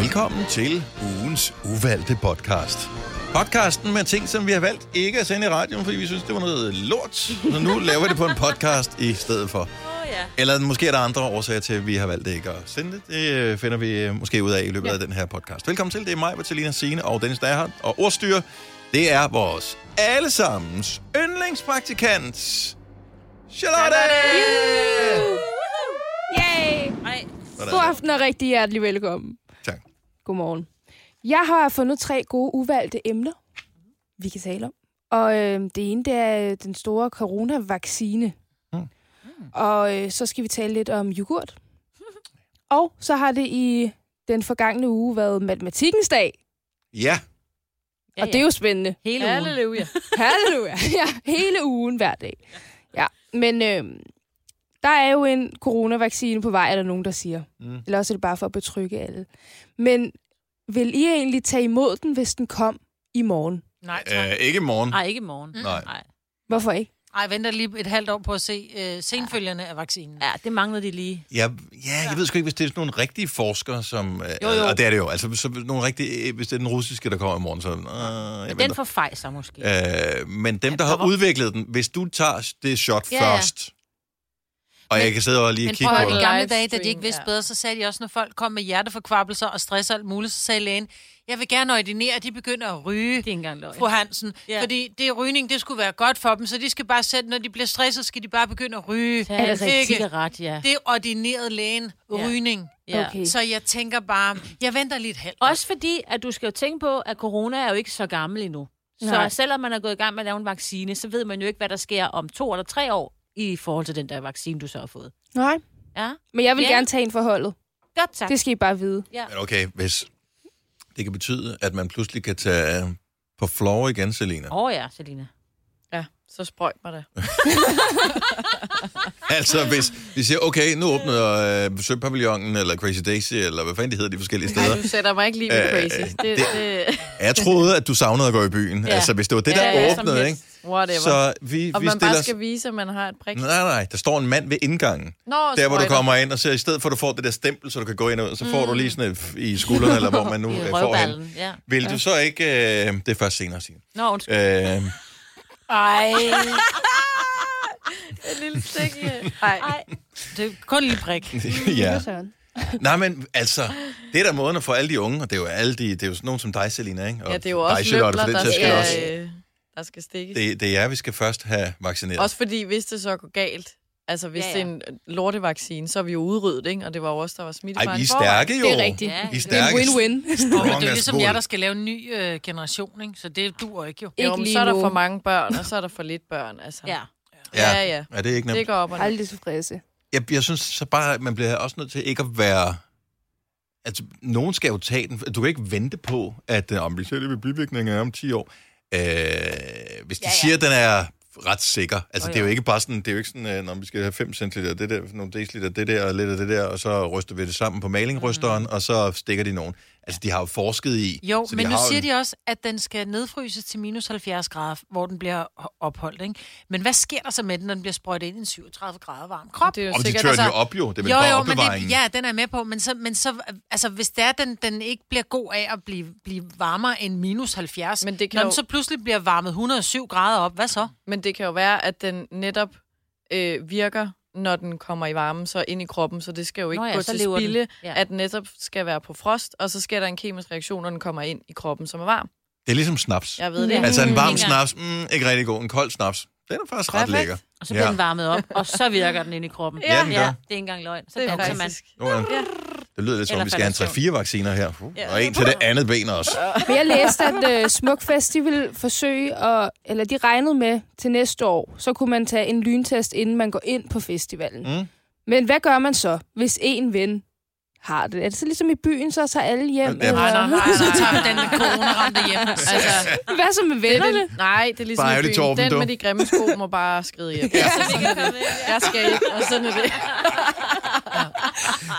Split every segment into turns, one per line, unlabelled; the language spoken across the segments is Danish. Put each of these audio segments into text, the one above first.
velkommen til ugens uvalgte podcast. Podcasten med ting, som vi har valgt ikke at sende i radioen, fordi vi synes, det var noget lort. Så nu laver vi det på en podcast i stedet for.
Åh oh, ja.
Eller måske er der andre årsager til, at vi har valgt ikke at sende det. Det øh, finder vi øh, måske ud af i løbet af den her podcast. Velkommen til. Det er mig, Bertalina Sine og Dennis Derhardt. Og ordstyre, det er vores allesammens yndlingspraktikant, Charlotte!
Yay!
Nej.
Sådan
God
der.
aften og rigtig hjertelig velkommen.
Tak.
Godmorgen. Jeg har fundet tre gode uvalgte emner, vi kan tale om. Og øh, det ene, det er øh, den store coronavaccine.
Mm.
Mm. Og øh, så skal vi tale lidt om yoghurt. Og så har det i den forgangne uge været matematikkens dag.
Ja,
Ja, og det er jo spændende.
Hele ugen. Halleluja.
Halleluja. ja, hele ugen hver dag. Ja, men øh, der er jo en coronavaccine på vej, er der nogen, der siger.
Mm.
Mm. Eller også er det bare for at betrygge alle. Men vil I egentlig tage imod den, hvis den kom i morgen?
Nej, tak.
øh, ikke i morgen.
Nej, ikke i morgen.
Nej.
Nej.
Hvorfor ikke?
Ej, venter lige et halvt år på at se øh, senfølgerne af vaccinen.
Ja, det mangler de lige.
Ja, ja, jeg ved sgu ikke, hvis det er sådan nogle rigtige forskere, som... øh,
Jo, jo.
Og det er det jo. Altså, så nogle rigtige, øh, hvis det er den russiske, der kommer i morgen, så... Øh, jeg
Men den
venter.
får fejser måske. Ja.
Øh, men dem, der
der
har
var-
udviklet den, hvis du tager det shot
Ja,
ja,
ja.
først, og jeg kan sidde og lige
Men
kigge
prøv at
på
høre, i
det.
gamle
Livestream,
dage, da de ikke vidste
ja.
bedre, så sagde de også, når folk kom med hjerteforkvabelser og stress og alt muligt, så sagde lægen, jeg vil gerne ordinere, at de begynder at ryge,
Det er ikke engang løgn.
fru Hansen.
Ja.
Fordi det rygning, det skulle være godt for dem, så de skal bare sætte, når de bliver stresset, skal de bare begynde at ryge.
Ja,
Er
det
det
er
rigtigt?
rigtig ret, ja.
Det er ordineret lægen,
Ja.
rygning.
ja.
Okay.
Så jeg tænker bare, jeg venter lige et halvt år.
Også fordi, at du skal jo tænke på, at corona er jo ikke så gammel endnu. Så
Nej.
selvom man er gået i gang med at lave en vaccine, så ved man jo ikke, hvad der sker om to eller tre år i forhold til den der vaccine, du så har fået.
Nej.
Ja,
Men jeg vil
Ja.
gerne tage en forholdet.
godt tak.
Det skal I bare vide.
Men okay, hvis det kan betyde, at man pludselig kan tage øh, på floor igen, Selina.
Åh oh, ja, Selina.
Ja, så sprøjt mig det.
Altså, hvis de siger, okay, nu åbner øh, Søpavillonen, eller Crazy Daisy, eller hvad fanden de hedder de forskellige
Nej,
steder.
du sætter mig ikke lige ved
Øh,
crazy.
det-
Det, det,
Jeg troede, at du savnede at gå i byen. Ja. Altså, hvis det var det, der
Ja, ja,
ja,
som
åbnede, ikke?
whatever. Så,
Så vi,
og
vi
man bare
stiller...
skal vise, at man har et prik.
Nej, nej, der står en mand ved indgangen.
Nå,
Der, hvor du
sprøjter.
kommer ind, og så i stedet for, at du får det der stempel, så du kan gå ind og ud, så får du lige sådan et f- i skulderen, eller hvor man nu
I
øh, får hen.
røvballen, ja.
Vil du så ikke... Øh, det er først senere, Signe.
Nå, undskyld.
Øh,
Ej,
Et lille stykke. Ej.
det er kun lige prik.
ja.
Sådan.
Nej, men altså, det er da måden at få alle de unge, og det er jo, alle de, det er jo sådan nogen som dig, Selina, ikke? Og
Ja, det er jo
dig,
også
Charlotte,
møbler,
for den
der
sags skyld
skal,
også.
øh, der skal stikkes.
Det, det er jer, vi skal først have vaccineret.
Også fordi, hvis det så går galt, altså hvis
Ja,
ja,
ja.
ja. det er en lortevaccine, så er vi jo udryddet, ikke? Og det var jo også der var smidt
Ej, vi er stærke jo.
Det er rigtigt.
Ja,
I er
det
Det er en
stærke.
win-win.
Nå, men det er jo
Strong
ligesom
as
jer,
bull.
der skal lave en ny øh, generation, ikke? Så det duer ikke jo.
Jo,
Ikke
men
lige
så er der
nu.
for mange børn, og så er der for lidt børn. Altså.
Ja.
ja,
Ja,
ja.
ja det er ikke nemt.
Det går op og ned.
Aldrig tilfredse.
jeg, jeg synes så bare, at man bliver også nødt til ikke at være... Altså, nogen skal jo tage den. Du kan ikke vente på, at den omblicerede bivirkninger er om 10 år. Øh, hvis de ja, ja.
Ja, ja.
siger, at den er ret sikker. Altså,
Åh,
det er jo
ja.
ikke bare sådan, det er jo ikke sådan, øh, når vi skal have 5 cm, det der, nogle deciliter, det der, og lidt af det der, og så ryster vi det sammen på malingrysteren, mm. og så stikker de nogen. Altså, de har jo forsket i...
Jo,
så
men
de
nu
har jo
siger
en-
de også, at den skal nedfryses til minus 70 grader, hvor den bliver ho- opholdt, ikke? Men hvad sker der så med den, når den bliver sprøjtet ind i en 37 grader varm krop?
Det er jo
Om de
sikkert,
tør den jo
altså,
op jo, det er vel
jo,
bare
jo, men
opbevaringen.
det, ja, den er jeg med på, men så, men så altså, hvis det er, den, den ikke bliver god af at blive, blive varmere end minus 70,
Men det kan
når
jo-
den så pludselig bliver varmet 107 grader op, hvad så?
Men det kan jo være, at den netop øh, virker, når den kommer i varmen, så ind i kroppen, så det skal jo ikke
Nå ja,
gå
så
til
lever den.
spilde,
Ja.
ja. at den netop skal være på frost, og så sker der en kemisk reaktion, når den kommer ind i kroppen, som er varm.
Det er ligesom snaps. Ja.
Jeg ved det.
Ja.
Altså, en varm
Mm.
snaps, mm, ikke rigtig god. En kold snaps, den er faktisk ret
Perfekt.
lækker.
Og så bliver ja. den varmet op, og så virker den ind i kroppen.
Ja,
den
ja
gør.
det er ikke engang løgn. Så
Det er
danser man.
faktisk...
Nu er den-
Ja.
Det lyder lidt som, om
Eller
vi skal have en
falder i
3-4 vacciner her. Uh,
Ja.
Og en til det andet ben også.
Men jeg læste, at uh, Smukfest, de ville forsøge, at, eller de regnede med til næste år, så kunne man tage en lyntest, inden man går ind på festivalen.
Mm.
Mm. Men hvad gør man så, hvis en ven har det? Er det så ligesom i byen, så tager alle hjem?
Ja,
eller?
Nej, nej, nej,
Så tager vi
nej,
den med
nej, nej.
corona-ramte hjem.
Altså,
Hvad så med
det, er
vennerne?
det, nej, det er ligesom
Bare
i
ærgerligt,
byen.
Torben, du.
Den med de grimme sko må bare skride hjem. Ja. Altså, sådan er det. Jeg skal ikke, og sådan er det.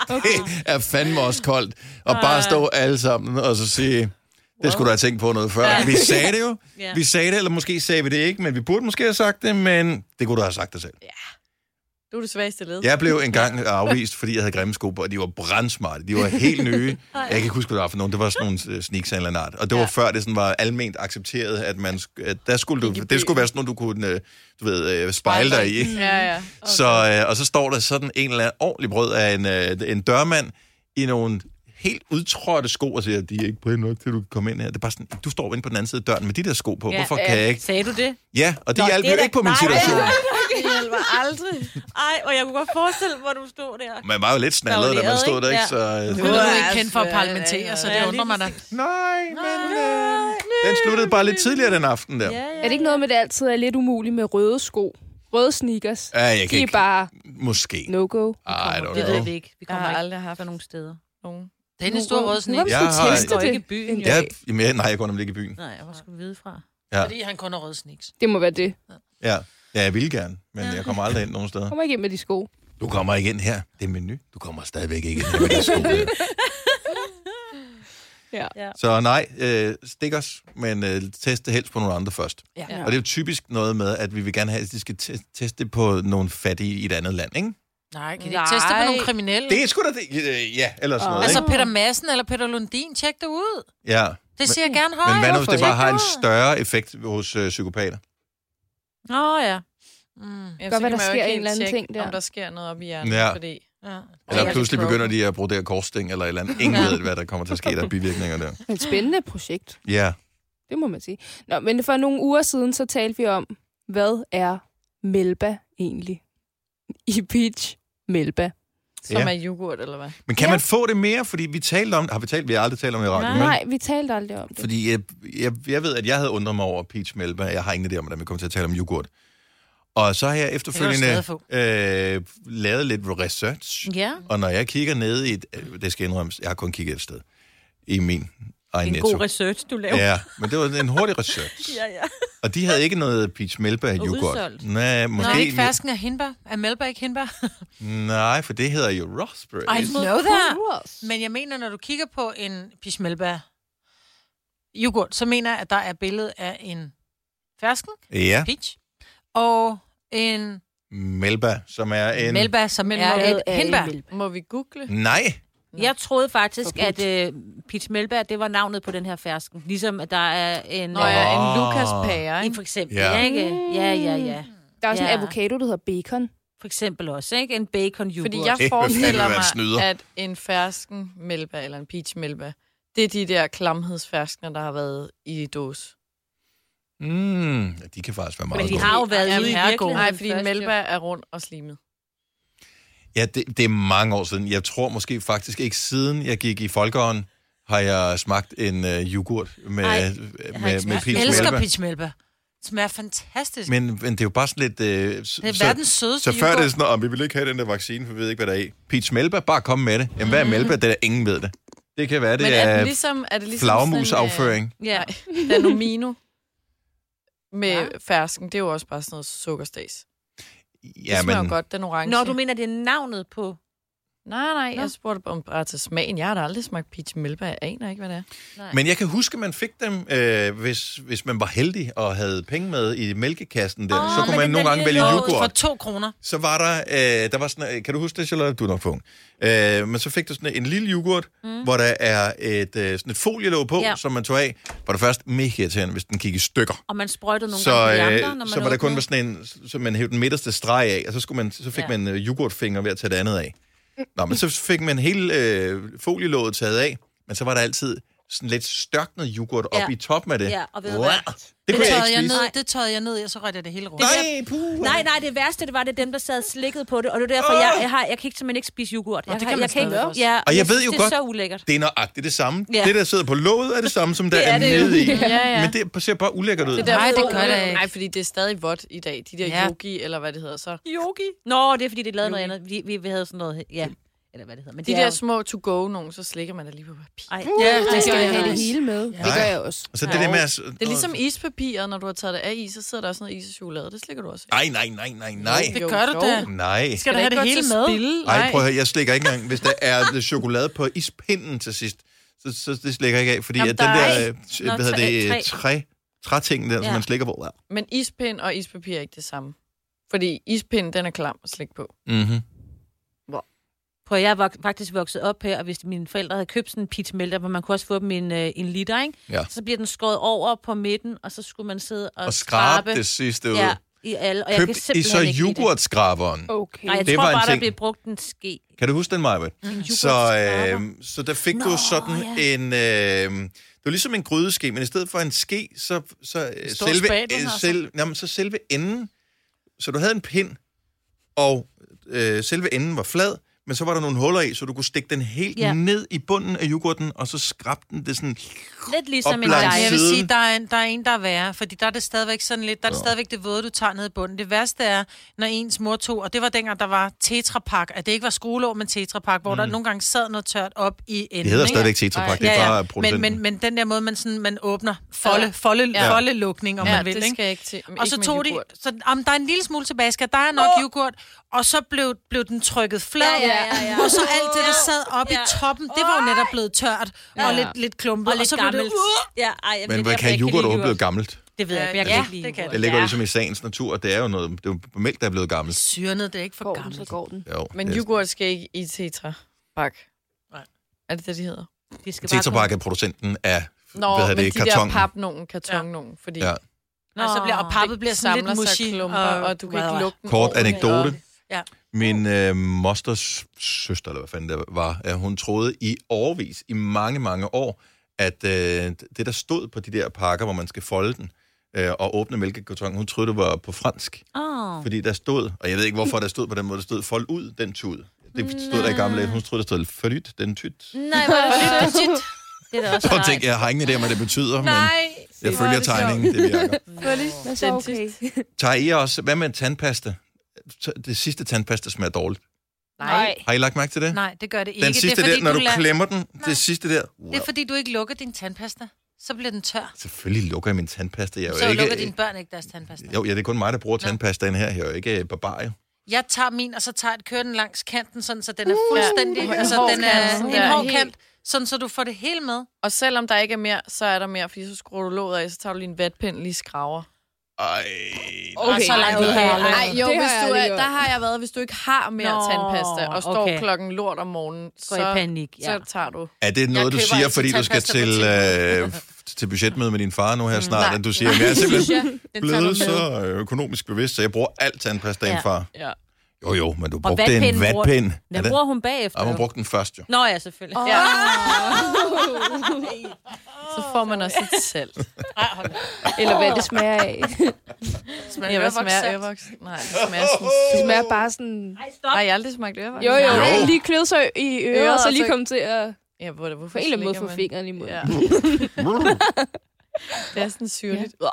Det er fandme også koldt. Og bare stå alle sammen og så sige, det skulle du have tænkt på noget før. Vi sagde det jo.
Ja.
Vi sagde det, eller måske sagde vi det ikke, men vi burde måske have sagt det, men det kunne du have sagt dig selv.
Du er det svageste led.
Jeg blev engang afvist, fordi jeg havde grimme sko på, og de var brandsmarte. De var helt nye. Jeg kan ikke huske, hvad det var for nogen. Det var sådan nogle øh, sneaks af en eller anden art. Og det var ja. før, det sådan var alment accepteret, at, man, sk- at der skulle
Ikke
du,
i
det
byen.
skulle være sådan noget, du kunne øh, du ved, øh, spejle dig i.
Ja, ja.
Okay. Så, øh, og så står der sådan en eller anden ordentlig brød af en, øh, en dørmand i nogle helt udtrådte sko, og siger, de er ikke pæne nok til, du kan komme ind her. Det er bare sådan, du står inde på den anden side af døren med de der sko på. Ja,
Ja,
Hvorfor kan jeg ikke?
Sagde du det?
Ja, og det
Nå,
hjalp
det er
jo
da-
ikke på min
nej,
situation.
det
Det hjælper aldrig.
Ej, og jeg kunne godt forestille mig, hvor du stod der.
Man var jo lidt snallet, da man
Navneret,
stod der, ikke?
ikke?
Så, øh,
Nu er du
Ja,
ikke kendt for at
ja, ja,
parlamentere, så det
ja.
undrer mig da.
Nej, men øh, den sluttede bare lidt tidligere den aften der.
Ja,
Ja,
ja.
Er det ikke noget med, at det altid er lidt umuligt med røde sko? Røde sneakers.
jeg kan
De er
ikke.
bare
Måske.
no-go.
Ej, det
Det ved
er
vi
det.
ikke. Vi
Jeg
kommer
har
ikke
aldrig haft
fra nogen steder.
nogen.
Den er stor rød sne.
Nu
Jeg
har vi skulle
har-
teste
Jeg går
det.
ikke i byen,
en
jo.
Ja,
dag.
jamen, jeg- nej, jeg går nemlig ikke i byen.
Nej, hvor skulle vi vide fra?
Ja.
Fordi han kun har rød sniks.
Det må være det.
Ja. ja, jeg ville gerne, men jeg kommer aldrig ind nogen steder.
Kom ikke hjem med de sko.
Du kommer ikke ind her. Det er menu. Du kommer stadigvæk ikke ind her med din sko. der.
Ja.
Ja.
Så nej, øh, stik os, men øh, test det helst på nogle andre først.
Ja.
Og det er jo typisk noget med, at vi vil gerne have, at de skal te- teste det på nogle fattige i et andet land, ikke?
Nej, kan de
Nej.
ikke teste på nogle kriminelle?
Det er sgu da det. øh, Ja, eller sådan noget,
Altså
ikke?
Peter Madsen eller Peter Lundin, tjek det ud.
Ja.
Det siger jeg gerne højt.
Men hvad nu, hvis det
hvorfor
bare har en
ikke?
større effekt hos øh, psykopater?
Nå ja. Mm,
Ja,
Godt,
så
hvad
kan
der
man jo
sker
ikke
en
helt
eller anden
tjekke,
ting der.
Om der sker noget op i hjernen,
Ja.
ja. fordi...
ja.
Eller
Ja,
pludselig
det er
begynder de at brodere korsting eller et eller andet. Ingen
Ja.
ved, hvad der kommer til at ske der er bivirkninger der.
Men Et spændende projekt,
Ja,
det må man sige. Nå, men for nogle uger siden, så talte vi om, hvad er Melba egentlig? I Beach Melba.
Som
Ja.
er yoghurt, eller hvad?
men kan
Ja.
man få det mere? Fordi vi talte om har vi talt, vi har aldrig talt om det i radioen, vel?
Nej, vi talte aldrig om det.
Fordi jeg, jeg, jeg ved, at jeg havde undret mig over peach melba. Jeg har ingen idé om, hvordan vi kommer til at tale om yoghurt. Og så har jeg efterfølgende
stadig få.
øh, lavet lidt research.
Ja.
Mm.
Og når jeg kigger ned i et, øh, det skal indrømmes, jeg har kun kigget et sted. I min egen
En
netto.
god research, du laver.
ja, men det var en hurtig research.
ja. ja.
Og de havde ikke noget peach melba yoghurt.
udsolgt.
Nej, måske
Nå, er det ikke fersken af hindbær? Er Melba ikke hindbær?
Nej, for det hedder jo raspberry.
I know that.
Cool.
Men jeg mener, når du kigger på en pishmelba yoghurt, så mener jeg, at der er billede af en fersken,
Ja,
peach, og en,
melba, som er en...
en melba, som
Men
er
hvad
et hindbær.
Må vi google?
Nej,
Jeg troede faktisk,
Forbudt.
at øh, Peach Melba, det var navnet på den her fersken. Ligesom at der er en...
Nå ja, en
Åh.
Lukas pære,
I
ikke?
for eksempel,
Ja.
ja. ikke? Ja, ja, ja.
Der er også
Ja.
en avocado, der hedder bacon.
For eksempel også, ikke? En bacon yoghurt.
Fordi jeg
Kæft, hvor fanden
forestiller
er man snyder.
mig, at en fersken melba eller en peach melba, det er de der klamhedsferskner, der har været i dås.
Mm, ja, de kan faktisk være meget
Men de
gode.
har jo været
Jamen,
ude i
herregud.
virkeligheden.
Nej, fordi en
først,
melba
jo.
er rund og slimet.
Ja, det, det er mange år siden. Jeg tror måske faktisk ikke siden jeg gik i folkeåren, har jeg smagt en øh, yoghurt med,
Ej,
Ej,
har
med,
ikke
med
smagt
peach
Jeg elsker
melba.
pishmelba. Smager fantastisk.
Men, men det er jo bare sådan lidt... Øh, s-
det er
så,
verdens sødeste
så før det er
yoghurt.
sådan, om vi vil ikke have den der vaccine, for vi ved ikke, hvad der er i. Peach melba, bare kom med det. Jamen, hvad er melba? Det er der ingen ved det. Det kan være, det
Men er
er,
det ligesom, er det ligesom
flagmusafføring.
Ja.
Sådan, øh, danomino med
Ja.
ja. fersken, det er jo også bare sådan noget sukkerstas. Det
Ja,
smager
men
jo godt, den orange.
Når du mener, det er navnet på...
Nej, nej,
Nå.
jeg spurgte om bare til smagen. Jeg har da aldrig smagt peach melba, jeg aner ikke, hvad det er.
Men jeg kan huske, at man fik dem, øh, hvis, hvis man var heldig og havde penge med i mælkekassen der.
Åh,
Oh, så kunne
men
man
den
nogle
der
gange vælge
lille
Yoghurt
yoghurt.
For to kroner.
Så var der, øh, der var sådan, øh, kan du huske det, Charlotte? Du er nok på ung. øh, Men så fik du sådan en lille yoghurt, mm. hvor der er et, øh, sådan et folielåg på, ja.
Ja.
som man tog af. Var det først mega irriterende, hvis den gik i stykker.
Og man sprøjtede nogle
så,
gange på de
øh,
andre, når man
så var der kun
åbnede.
var sådan en, så man hævde den midterste streg af, og så, skulle man, så fik
Ja.
ja. man øh, yoghurtfinger ved at tage det andet af. Nå, men så fik man hele øh, folielåget taget af, men så var der altid sådan lidt størknet yoghurt ja.
Ja.
op i toppen af det.
Ja, og ved du
Wow.
hvad?
Det
Det
kunne jeg
tørrede jeg
ikke spise.
ned, det tørrede jeg ned, og så røg jeg det hele rundt.
Nej, puh.
Nej, nej, det værste, det var, det er dem, der sad slikket på det, og det er derfor, jeg, jeg, har, jeg kan ikke, simpelthen ikke spise yoghurt. Jeg,
det
har-
kan man
jeg
stadig også.
ja,
Og jeg ved
synes,
jo
det
godt-
er så ulækkert.
Det er nøjagtigt det samme.
Ja.
Det, der sidder på låget, er det samme, som der
Det
er,
er det jo.
nede i.
Ja, ja.
Men det ser bare ulækkert ud.
Det
Det
der,
Nej, det gør det ikke.
Nej, fordi det er stadig vådt i dag. De der
Ja.
ja. yogi, eller hvad det hedder så.
Yogi? Nå, det er, fordi det lavede noget
Yogi.
andet. Vi, vi, vi havde sådan noget, ja, eller hvad det hedder. Men
De
det
der
er jo-
små to-go nogen, så slikker man da lige på papir.
Ej,
Ja, det
Jeg
skal
skal
jeg
have det
også.
hele med. Det gør jeg også.
og så Altså, det der med at...
Det er ligesom ispapiret, når du har taget det af is, så sidder der også noget is og chokolade. Det slikker du også af.
Ej, nej, nej, nej, Ah, nej.
Jo,
Det gør du
jo.
da.
Nej.
Skal du
da
have
ikke
det
gå
hele
til
med?
spilde?
Ej, prøv at høre, jeg slikker ikke engang. Hvis der er lidt chokolade på ispinden til sidst, så, så det slikker jeg ikke af, fordi
Jamen,
at den
der er
der, øh,
Nå,
hvad hedder det,
træ-
øh, træ, træting der, som
Ja.
man slikker på.
Men ispind og ispapir er ikke det samme. Fordi ispinden, den er klam at slikke på.
Mm-hmm.
Prøv, at- jeg er vok- faktisk vokset op her, og hvis mine forældre havde købt sådan en pitchmelter, hvor man kunne også få dem i en, øh, en liter, ikke?
Ja.
så bliver den skåret over på midten, og så skulle man sidde og,
Og skrabe det sidste ud.
ja,
Ja.
i alle. Og jeg kan
Købt i
simpelthen
så
ikke lide det.
yoghurtskraberen.
Okay.
Nej, jeg
Det
tror
var en
bare, der
ting.
blev brugt en ske.
Kan du huske den, Maja? Så,
yoghurtskraber.
øh, så der fik Nå, du
Nå,
sådan ja.
ja.
en... Øh, det var ligesom en grydeske, men i stedet for en ske, så, så, øh,
stor
selve,
spade,
øh,
altså.
selv, jamen, så selve enden... Så du havde en pind, og øh, selve enden var flad, men så var der nogle huller i, så du kunne stikke den helt ja.
Ja.
ned i bunden af yoghurten, og så skrabte den det sådan...
Lidt ligesom en
Oplangs-
Nej, jeg
dej.
vil
siden.
sige, der er, en, der er en, der er værre, fordi der er det stadigvæk sådan lidt, der er det
Ja.
stadigvæk det våde, du tager ned i bunden. Det værste er, når ens mor tog, og det var dengang, der var tetrapak, at det ikke var skruelåg, men tetrapak, hvor mm. der nogle gange sad noget tørt op i enden.
Det hedder
ikke?
stadigvæk tetrapak, det er bare
men,
producenten.
men, men den der måde, man, sådan, man åbner folde,
Ja.
folde,
Ja.
ja. foldelukning, om
Ja,
man vil,
det
ikke?
skal jeg ikke til.
Og så tog de, så, jamen, der er en lille smule tilbage, skal der er nok oh. yoghurt, og så blev, blev den trykket flad,
Ja, ja, ja, ja.
og så alt det, der sad op
Ja.
i toppen, det var jo netop blevet tørt,
Ja.
og lidt, lidt klumpet,
Og lidt
så blev
gammelt.
det, uh,
Ja, ej, jeg
Men
ved
hvad
ikke,
kan
jeg
yoghurt
lide
overhovedet blive gammelt?
Det ved jeg ikke, men jeg kan
Ja,
ikke lide
det kan
yoghurt.
Det ligger jo
Ja.
ligesom i sagens natur, at det er jo noget... Det er jo mælk, der er blevet gammelt.
Syrnet, det er ikke for
Går den, så
gammelt.
går den.
Jo,
Men
det er-
yoghurt skal ikke i tetra pak.
Nej.
Er det det, de hedder?
De skal bare
Tetra Pak er producenten af
Nå,
hvad hedder
men
det,
de
karton.
der papnogen, kartonnogen, fordi
Ja.
ja.
Nå, så Altså, bliver, og pappet bliver sådan lidt mushy.
klumper, og, og du kan ikke lukke den
Kort
ordentligt.
anekdote.
Ja.
Min øh, mosters søster, eller hvad fanden det var, øh, hun troede i årvis, i mange, mange år, at øh, det, der stod på de der pakker, hvor man skal folde den øh, og åbne mælkekarton, hun troede, det var på fransk.
Åh,
Fordi der stod, og jeg ved ikke, hvorfor der stod på den måde, der stod fold ud, den tud. Det stod der i gamle dage. Hun troede, der stod forlyt, den tyt.
Nej, hvor er det sødt. Det er da også
Så
dejligt.
tænkte jeg, jeg har ingen idé om, hvad det betyder, men
Nej.
jeg følger tegningen, det virker.
Men så okay.
Tager I også, hvad med tandpasta? Det sidste tandpasta smager dårligt.
Nej,
Har I lagt mærke til det?
nej, det gør det ikke.
Den sidste
det er,
der, når du,
lader-
klemmer den, det sidste der. Wow.
Det er, fordi du ikke lukker din tandpasta. Så bliver den tør.
Selvfølgelig lukker jeg min tandpasta. Jeg er jo
Så
ikke...
lukker dine børn ikke deres tandpasta.
Jo, ja, det er kun mig, der bruger tandpastaen her. Jeg er jo ikke øh, barbar, jo.
Jeg tager min, og så tager jeg kører den langs kanten, sådan, så den er fuldstændig...
Ja.
altså,
Hård
den er
kant.
en
Ja,
hård
helt-
kant, sådan så du får det hele med.
Og selvom der ikke er mere, så er der mere, fordi så skruer du låget af, så tager du lige en vatpind lige skraver.
Ej,
Okay.
Og så langt ud
nej.
her. aldrig
Nej,
været.
jo,
Det har
hvis
jeg
du
aldrig
er,
gjort.
der har jeg været, hvis du ikke har mere
Nå,
tandpasta og står
okay.
klokken lort om morgenen, så,
Går i panik, ja.
så tager du.
Er det
Jeg
noget, du
køber
siger,
altid
fordi du skal
tandpasta
til,
på tilbud.
øh, til budgetmøde med din far nu her snart,
nej.
at du siger, at jeg er simpelthen
Den tager du
blevet
med.
så øh, økonomisk bevidst, så jeg bruger alt tandpastaen,
Ja.
far.
Ja.
Jo, jo, men du brugte en
vatpinden bruger-
vatpind. Er
Den
det?
bruger hun bagefter.
Og hun
jo.
brugte den først, jo.
Nå ja, selvfølgelig.
ja. så får man også et salt.
Ej, hold da.
Eller hvad det smager af.
Smager
Ja, hvad smager
ørevoks salt?
ørevoks? Nej, det smager sådan...
Det smager bare sådan...
Ej, stop.
Har I aldrig smagt ørevoks?
Jo, jo,
Jo.
lige klødsøg i øret, og så lige komme til at
Ja, hvor, hvorfor
på en eller anden måde
slikker
få fingeren
man?
i munden.
Ja, det er sådan syrligt. Ja.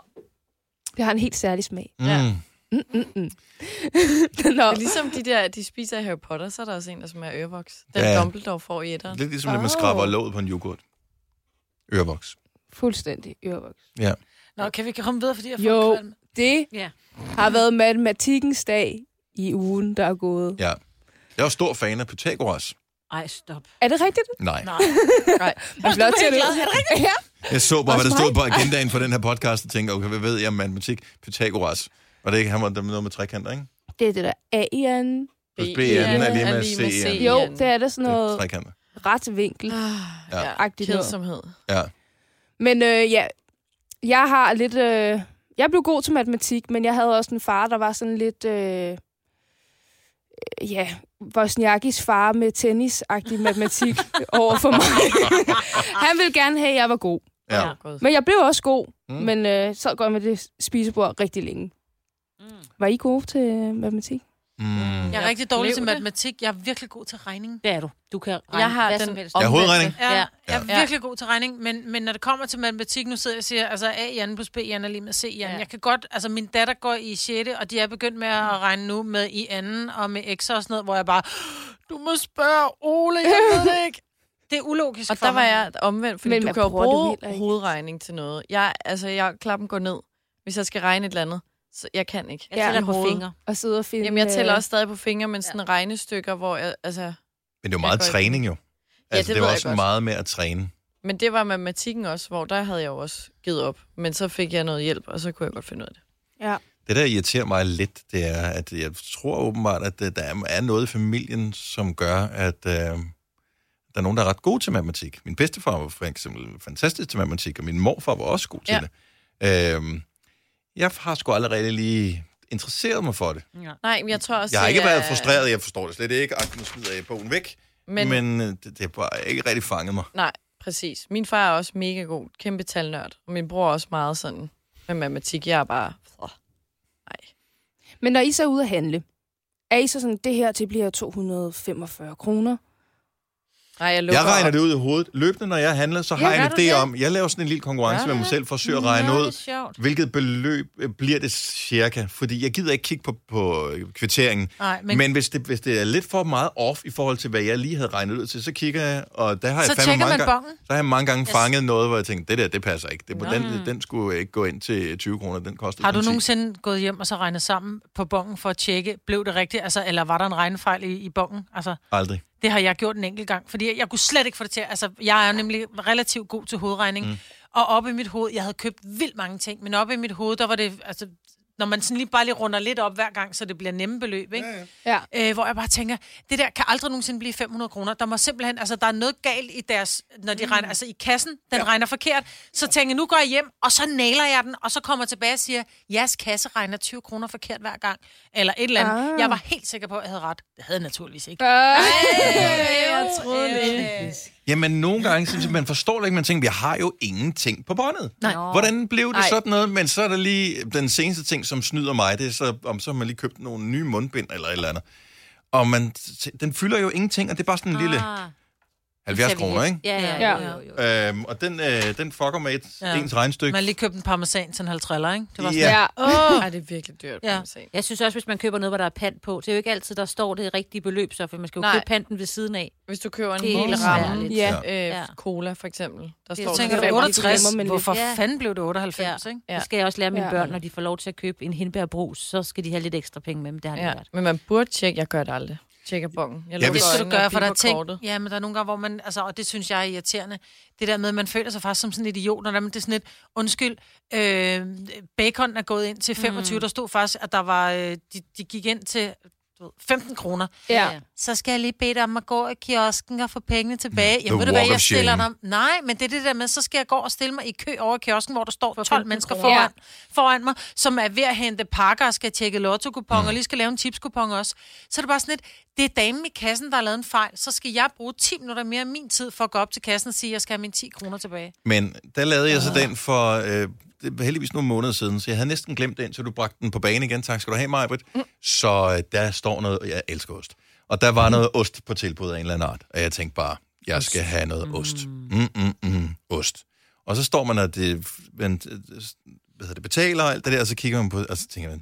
Det har en helt særlig smag.
Mm.
Nå,
Det er ligesom de der, de spiser i Harry Potter, så er der også en, der smager ørevoks. Den
Ja.
ja. Dumbledore får i etteren.
Lidt ligesom, når man skraber låget på en yoghurt. Ørevoks.
fuldstændig ørevoks.
Ja.
Nå, kan vi ikke komme videre, fordi jeg får
Jo.
kvalme?
Det
Ja.
har været matematikkens dag i ugen, der er gået.
ja. Jeg er jo stor fan af Pythagoras.
Ej, stop.
Er det rigtigt?
Nej.
Nej.
Er flot til det? Ja.
Jeg så bare, hvad
Også
der stod på agendaen for den her podcast, og tænkte, okay, hvad ved jeg om matematik? Pythagoras. Og det er ikke ham, der noget med trekanter, ikke?
Det er det der A'en.
Plus BN er lige med CN.
Jo, det er der
Det
sådan
er
noget
trekanter.
ret vinkel.
Ja.
Ah, Ja.
Agtigt noget.
Kedsomhed.
Ja.
Men øh, ja, jeg har lidt... Øh, jeg blev god til matematik, men jeg havde også en far, der var sådan lidt... Øh, ja, Bosniakis far med tennis-agtig matematik over for mig. Han ville gerne have, at jeg var god.
Ja.
Ja.
Gud.
Men jeg blev også god,
Mm.
mm. men øh, sad godt med det spisebord rigtig længe.
Mm.
Var I gode til øh, matematik?
Mm.
Jeg er
Jeg
rigtig dårlig
blev
til
det.
matematik. Jeg er virkelig god til regning.
Det er du. Du kan regne
Jeg har
hvad
den
som helst.
Ja, hovedregning.
Ja,
Ja.
ja. jeg er
Ja.
virkelig god til regning, men, men når det kommer til matematik, nu sidder jeg og siger, altså A i anden plus B i anden er lige med C i anden.
Ja. Mm.
Jeg kan godt, altså min datter går i 6. og de er begyndt med at regne nu med i anden og med x og sådan noget, hvor jeg bare, du må spørge Ole, jeg ved det ikke. Det er ulogisk
Og
for
der var
mig.
jeg omvendt, fordi
Men
Men du
man
kan jo
bruger det
bruge
heller ikke.
hovedregning til noget. Jeg, altså, jeg, klappen går ned, hvis jeg skal regne et eller andet. Så jeg kan ikke.
Jeg tæller
I
på
hovedet.
fingre.
Og sidde og finde...
Jamen, jeg tæller
øh,
også stadig på fingre, men sådan regnestykker, hvor jeg, altså...
Men det er jo meget
Jeg går
træning, jo. Altså,
det
det, det
ved
var
jeg
også
godt.
meget med at træne.
Men det var matematikken også, hvor der havde jeg jo også givet op. Men så fik jeg noget hjælp, og så kunne jeg godt finde ud af det.
Det, der irriterer mig lidt, det er, at jeg tror åbenbart, at øh, der er- er noget i familien, som gør, at øh, der er nogen, der er ret gode til matematik. Min bedstefar var for eksempel fantastisk til matematik, og min morfar var også god til
Ja.
det. Øh, jeg har sgu allerede lige interesseret mig for det.
Nej, men jeg tror også...
Jeg har ikke
det er-
været frustreret, jeg forstår det slet ikke. Ej, nu smider jeg bogen væk. Men,
Men, men...
men øh, det, det har bare ikke rigtig fanget mig.
Nej, præcis. Min far er også mega god. Kæmpe talnørd. Og min bror er også meget sådan med matematik. Jeg er bare... Åh, Nej.
Men når I så er ude at handle, er I så sådan, det her til bliver 245 kroner?
Nej, jeg lukker
Jeg regner
op.
det ud i hovedet. Løbende, når jeg handler, så har
Ja,
jeg en
gør du
idé
det?
om... Jeg laver sådan en lille konkurrence
Gør
med
du
mig
det?
selv for at søge at regne
Nå, det
ud,
er sjovt.
hvilket beløb øh, bliver det cirka. Fordi jeg gider ikke kigge på, på øh, kvitteringen.
Nej, men,
Men,
men
Men hvis, det, hvis det er lidt for meget off i forhold til, hvad jeg lige havde regnet ud til, så kigger jeg, og der har jeg
så
fandme
tjekker
mange
man
gange,
bongen.
så har jeg mange gange
Yes.
fanget noget, hvor jeg tænkte, det der, det passer ikke. Det,
Nå.
den, den skulle ikke gå ind til 20 kroner, den koster
Har du nogensinde gået hjem og så regnet sammen på bongen for at tjekke, blev det rigtigt? Altså, eller var der en regnefejl i, i bongen? Altså,
Aldrig.
det har jeg gjort en enkelt gang, fordi jeg, jeg kunne slet ikke få det til. Altså, jeg er jo nemlig relativt god til hovedregning. Mm. Og oppe i mit hoved, jeg havde købt vildt mange ting, men oppe i mit hoved, der var det... Altså, når man sådan lige bare lige runder lidt op hver gang, så det bliver nemme beløb, ikke?
Ja.
øh, hvor jeg bare tænker, det der kan aldrig nogensinde blive 500 kroner. Der må simpelthen, altså der er noget galt i deres, når de mm. regner, altså i kassen, den ja. regner forkert. Så tænker jeg, nu går jeg hjem, og så nailer jeg den, og så kommer jeg tilbage og siger, jeres kasse regner 20 kroner forkert hver gang, eller et eller andet.
Ah.
Jeg var helt sikker på, at jeg havde ret. Det havde jeg naturligvis ikke.
jeg troede det.
Jamen, nogle gange synes jeg, man forstår det ikke. Man tænker, jeg har jo ingenting på båndet.
Nej.
Hvordan blev det
Ej.
sådan noget? Men så er der lige den seneste ting, som snyder mig. Det er så, om så har man lige købt nogle nye mundbind eller et eller andet. Og man, t- den fylder jo ingenting, og det er bare sådan en lille
Ah,
70
serviet.
kroner, ikke?
Ja, ja,
Ja.
ja. Jo, jo, jo.
Øhm, og den, øh, den fucker med et, ja.
Ja.
ens regnstykke.
Man har lige købt en parmesan til en halv triller, ikke? Det var sådan,
Ja.
ja.
ja.
Åh, Ej, det er virkelig dyrt,
Ja.
ja. man se.
Jeg synes også, hvis man køber noget, hvor der er pant på, det er jo ikke altid, der står det rigtige beløb, så for man skal jo
Nej.
købe panten ved siden af.
Hvis du køber en
Det er
hel
helt
ramme
svært.
Ja.
øh,
Ja.
cola, for eksempel, der
Det
står
jeg
der
tænker,
det er
fem-
68,
glemmer man lidt.
hvorfor
Ja.
fanden blev det 98, ikke?
Ja.
Ja.
Det skal jeg også lære mine
Ja.
børn, når de får lov til at købe en hindbærbrus, så skal de have lidt ekstra penge med dem. Det har de
Ja,
ja. lært.
men man burde tjekke. Jeg gør det aldrig. Tjekker bongen. Jeg
Ja,
lukker
Det
hvis-
skal du
øjnene og
gøre, for der er
kigger på
ting...
kortet.
Ja, men der er nogle gange, hvor man... Altså, og det synes jeg er irriterende. Det der med, at man føler sig faktisk som sådan en idiot, når der- men det er sådan et... Undskyld, øh, bacon er gået ind til 25. Mm. Der stod faktisk, at der var... Øh, de, de gik ind til du ved, 15 kroner.
ja.
Så skal jeg lige bede dig om at gå i kiosken og få pengene tilbage.
Mm. the
Jamen, ved du hvad,
walk of
jeg stiller
shame.
dig... Nej, men det er det der med, så skal jeg gå og stille mig i kø over i kiosken, hvor der står 12
15
mennesker
kroner.
foran, foran mig, som er ved at hente pakker og skal tjekke lotto mm. og lige skal lave en tipskupon også. Så er det bare sådan lidt, det er damen i kassen, der har lavet en fejl, så skal jeg bruge 10 minutter mere af min tid for at gå op til kassen og sige, at jeg skal have mine 10 kroner tilbage.
Men der lavede jeg så den for øh, det var heldigvis nogle måneder siden, så jeg havde næsten glemt den, så du bragte den på banen igen. Tak skal du have, Majbrit. Mm. Så øh, der står noget, jeg elsker ost. Og der var noget ost på tilbud af en eller anden art, og jeg tænkte bare, jeg skal have noget Mm. ost. Mm, mm, mm, ost. Og så står man og det, man, øh, hvad hedder det, betaler og alt det der, og så kigger man på og så tænker man,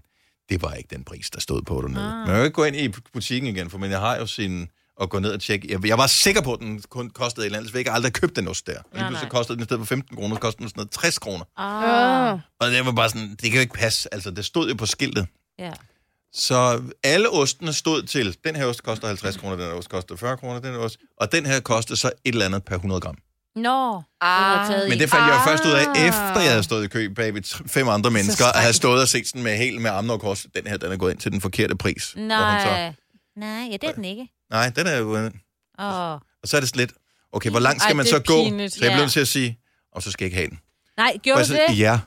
det var ikke den pris, der stod på dernede. Ah. Man kan jo ikke gå ind i butikken igen, for men jeg har jo sin og gå ned og tjekke. Jeg, jeg var sikker på, at den kun kostede et eller andet, så jeg ikke aldrig købt den ost der. Og lige pludselig kostede den i stedet for 15 kroner, så kostede den sådan noget 60 kroner.
Ah.
Og det var bare sådan, det kan jo ikke passe. Altså, det stod jo på skiltet.
Ja.
Så alle ostene stod til, den her ost koster 50 kroner, den her ost koster 40 kroner, den her ost, og den her koster så et eller andet per 100 gram.
Nå,
Ah.
du har taget
Men
i.
det fandt jeg jo
Ah.
først ud af, efter jeg havde stået i kø bag ved tr- fem andre mennesker, og havde stået og set sådan med helt med armene og kors, den her, den er gået ind til den forkerte pris. Hvor hun Så,
Ah, Nej. Nej, ja, det er den ikke.
Nej, den er jo... øh,
Åh.
Og så er det slet, okay, hvor langt skal
Ej,
man
det
så
er
gå?
pinligt.
Så jeg blev
Ja.
nødt til at sige, og så skal jeg ikke have den.
Nej, gjorde du det?
så, ja.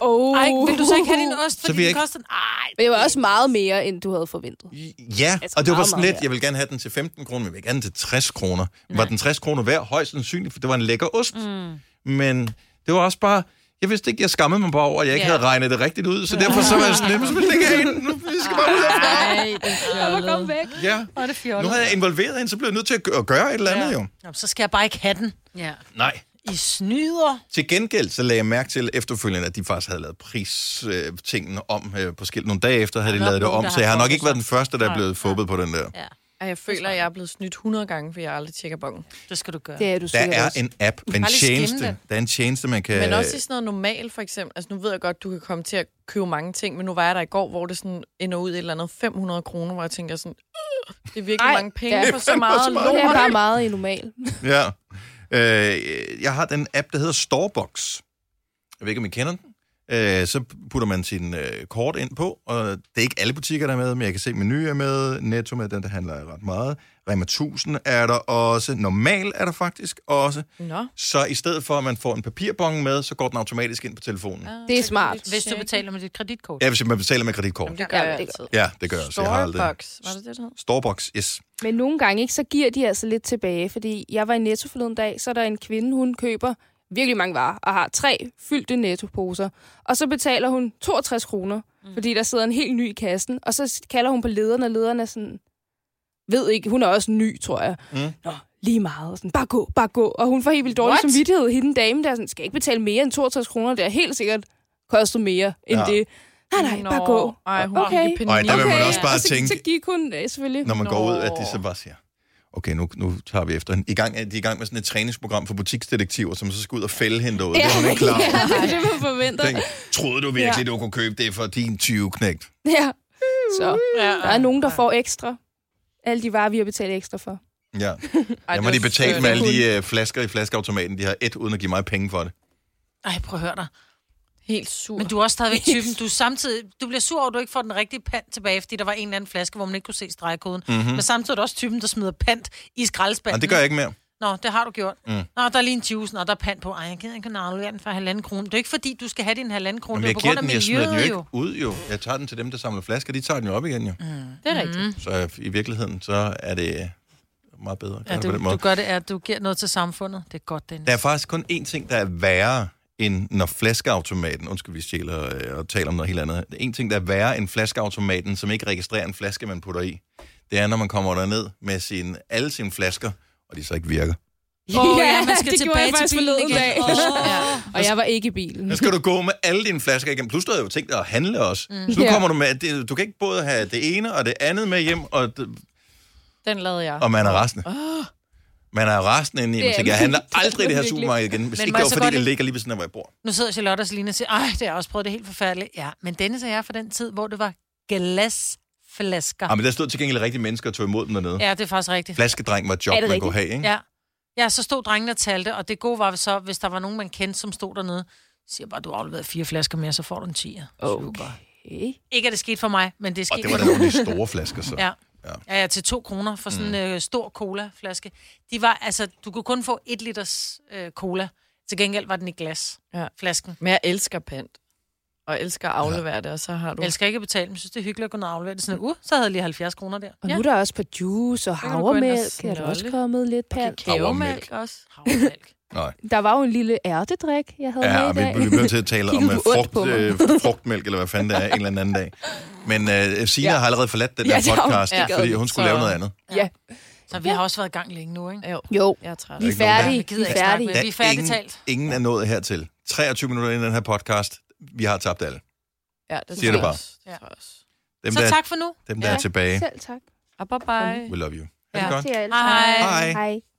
Oh.
Ej, vil du så ikke have din ost,
Så vil jeg
fordi den
ikke-
koster... Ej,
Men det var også meget mere, end du havde forventet.
Ja,
Altså
og det var
meget,
sådan
meget
lidt,
mere.
jeg vil gerne have den til 15 kroner, men jeg vil gerne have den til 60 kroner. Var den 60 kroner værd? Højst sandsynligt, for det var en lækker ost. Mm. Men det var også bare, jeg vidste ikke, jeg skammede mig bare over, at jeg ikke
Ja.
havde regnet det rigtigt ud, så derfor så var jeg sådan lidt, "Men så vil jeg ikke have den. Nu- Vi skal bare ud herfra."
Ej, det er fjollet.
væk.
Ja.
hvor er det fjollet.
Nu havde jeg involveret hende, så blev jeg nødt til at gø- at gøre et eller andet jo.
Nå, så skal jeg bare ikke have den.
Ja.
Nej.
I snyder.
Til gengæld så lagde jeg mærke til efterfølgende, at de faktisk havde lavet pristingene om øh, på skilt. Nogle dage efter havde de
Der er nok
lavet det
nogen,
om,
der
så
har
jeg har nok
fucket
ikke været
sig.
den første, der er blevet fubbet på den der.
Ja.
Ej, jeg føler, at jeg er blevet snydt 100 gange, fordi jeg aldrig tjekker bongen.
Det skal du gøre.
Det er du sikkert
Der er
også.
en app, en
Bare lige skinne
tjeneste,
det.
der er en tjeneste, man kan...
Men også i sådan noget normalt, for eksempel. Altså, nu ved jeg godt, du kan komme til at købe mange ting, men nu var jeg der i går, hvor det sådan ender ud i et eller andet 500 kroner, hvor jeg tænker sådan, "Øh, det er virkelig
Ej,
mange penge
ja.
for så meget lort.
Det er bare meget i normal.
Ja. Øh, jeg har den app, der hedder Storebox. Jeg ved ikke, om I kender den. Øh, så putter man sin øh, kort ind på, og det er ikke alle butikker, der er med, men jeg kan se, Meny er med, Netto med, den der handler jeg ret meget. Rema 1000 er der også, Normal er der faktisk også.
Nå.
Så i stedet for, at man får en papirbong med, så går den automatisk ind på telefonen.
Ah,
Det er
så
smart.
kan lige
Hvis du
tjekke.
betaler med dit kreditkort.
Ja, hvis man betaler med kreditkort.
Jamen, det gør
Ja,
jeg
det
altid.
Ja, det gør jeg også. Jeg har aldrig...
Starbucks, var det det, det hed?
Starbucks, yes.
Men nogle gange ikke, så giver de altså lidt tilbage, fordi jeg var i Netto forleden dag, så er der en kvinde, hun køber virkelig mange varer, og har tre fyldte nettoposer. Og så betaler hun 62 kroner, mm. fordi der sidder en helt ny i kassen. Og så kalder hun på lederen, og lederen er sådan, ved ikke, hun er også ny, tror jeg.
Mm.
Nå, lige meget. Og Sådan, bare gå, bare gå. Og hun får helt vildt dårlig
What?
samvittighed. Hende dame der er sådan, skal jeg ikke betale mere end 62 kroner. Det har helt sikkert kostet mere end
Ja.
ja. det. Nej, nej,
Nå,
bare gå.
Ej, hun
Okay.
okay. gik i
Ej,
panik.
der vil man
Okay,
også bare
og så,
tænke-
Så gik hun, øh, selvfølgelig.
Når man Nå. går
Nå.
ud, at de så bare siger, okay, nu, nu tager vi efter hende. I gang, er- de er i gang med sådan et træningsprogram for butiksdetektiver, som så skal ud og fælde hende derude. Ja, det er hun ikke klar over.
ja, det er det, man forventer.
Tænk, troede du virkelig, ja. du kunne købe det for din 20-knægt?
Ja. Så
Ja.
der er nogen, der får ekstra. Alle de varer, vi har betalt ekstra for.
Ja.
Ej,
Jeg
det
må
var
de betale
sødt.
med alle de øh, flasker i flaskeautomaten. De har et, uden at give mig penge for det.
Ej, prøv at høre dig.
Helt sur.
Men du er også stadigvæk typen. Du, er samtidig, du bliver sur over, at du ikke får den rigtige pant tilbage, fordi der var en eller anden flaske, hvor man ikke kunne se stregkoden. Mm-hmm. Men samtidig er du også typen, der smider pant i
Nej,
skraldespanden.
Mhm. det gør jeg ikke mere.
Nå, det har du gjort. Mm. Nå, der er lige en juice, og der er pant på. Ej, jeg gider ikke aflevere den for halvanden krone. Det er ikke fordi, du skal have din halvanden krone.
Men
Det er
jeg
på
giver
grund af
den, jeg smider den jo
miljøet
ikke
jo.
ud jo. Jeg tager den til dem, der samler flasker. De tager den jo op igen jo.
Det er
Mm.
rigtigt.
Så øh, i virkeligheden, så er det øh, meget bedre. Gør
Ja,
det på den
du,
måde.
du gør det, at du giver noget til samfundet. Det er godt, Dennis.
Der er faktisk kun én ting, der er værre end når flaskeautomaten, undskyld, vi stjæler øh, og taler om noget helt andet. Der er En ting, der er værre end flaskeautomaten, som ikke registrerer en flaske, man putter i, det er, når man kommer derned med sin, alle sine flasker, og de så ikke virker.
Åh, ja, man skal
det gjorde
tilbage
jeg faktisk
til bilen
forleden
igen.
dag.
Åh.
Og jeg var ikke i bilen.
Så skal du gå med alle dine flasker igennem. Plus, du havde jo tænkt dig at handle også. Mm. Så nu
Ja.
kommer du med, at det, du kan ikke både have det ene og det andet med hjem, og, det,
Den lavede jeg.
og man er resten. Man er resten inde i,
Det
man
er
tænker, jeg
man.
handler
Det er
aldrig i det her
virkelig.
supermarked igen, hvis
Men
ikke
må
det
jeg
var,
så
fordi
godt
det
lige-
ligger lige ved siden af, hvor jeg bor.
Nu sidder Charlotte og Selina og siger, ej, det har jeg også prøvet det er helt forfærdeligt. Ja, men Dennis og jeg er fra den tid, hvor det var glasflasker.
Ja, Ah, men der stod til gengæld rigtige mennesker og tog imod dem dernede.
Ja, det er faktisk rigtigt.
Flaskedreng var et job,
Er
man
det
kunne have, ikke?
Ja. ja, så stod drengene og talte, og det gode var så, hvis der var nogen, man kendte, som stod dernede, så siger jeg bare, du har afleveret fire flasker mere, så får du en 10'er. Super.
Okay.
Ikke at det skete for mig, men det
Og
skete
det var da
for
nogle af de store flasker, så.
Ja.
Ja.
Ja, ja, til to kroner for sådan en øh, stor colaflaske. De var, altså, du kunne kun få et liters øh, cola. Til gengæld var den i glas,
Ja.
flasken.
Men jeg elsker pant. Og jeg elsker at aflevere det, og så har du...
Jeg elsker ikke at betale, men jeg synes, det er hyggeligt at kunne aflevere det. Sådan, uh, så havde jeg lige 70 kroner der.
Og nu er der også på juice og
kan du gå ind og
havremælk. Er der også
snolle.
kommet lidt palt?
Kakaomælk også.
Havremælk.
Nej.
Der var jo en lille ærtedrik, jeg havde
Ja,
med
og
i
vi,
dag.
vi bliver nødt til at tale om
Kiggede
øh,
du ondt på
frugt,
mig?
øh, frugtmælk, eller hvad fanden det er, en eller anden anden dag. Men øh, Sina ja.
Ja.
har allerede forladt den
Ja,
ja,
det
der
har hun.
podcast,
Ja.
fordi hun skulle
Så-
lave noget andet.
ja.
Så vi har også været i gang længe nu, ikke?
Jo,
Jo,
jeg er træt.
vi er
ikke nogen, der-
færdige.
Vi
Vi
gider
er
ikke snakke
færdige.
med Vi er
Der er
færdigt
ingen,
talt.
ingen er nået hertil. 23 minutter ind i den her podcast. Vi har tabt alle.
Ja, det
Siger det
tror jeg
bare.
også. Det tror jeg også.
Dem,
Så
der,
tak for nu.
dem, der
Ja.
er tilbage,
Selv tak.
Ah, bye bye.
we love you. Ha'
Ja.
det godt.
Til jer alle
Hej.
sammen.
Hej.
Hej.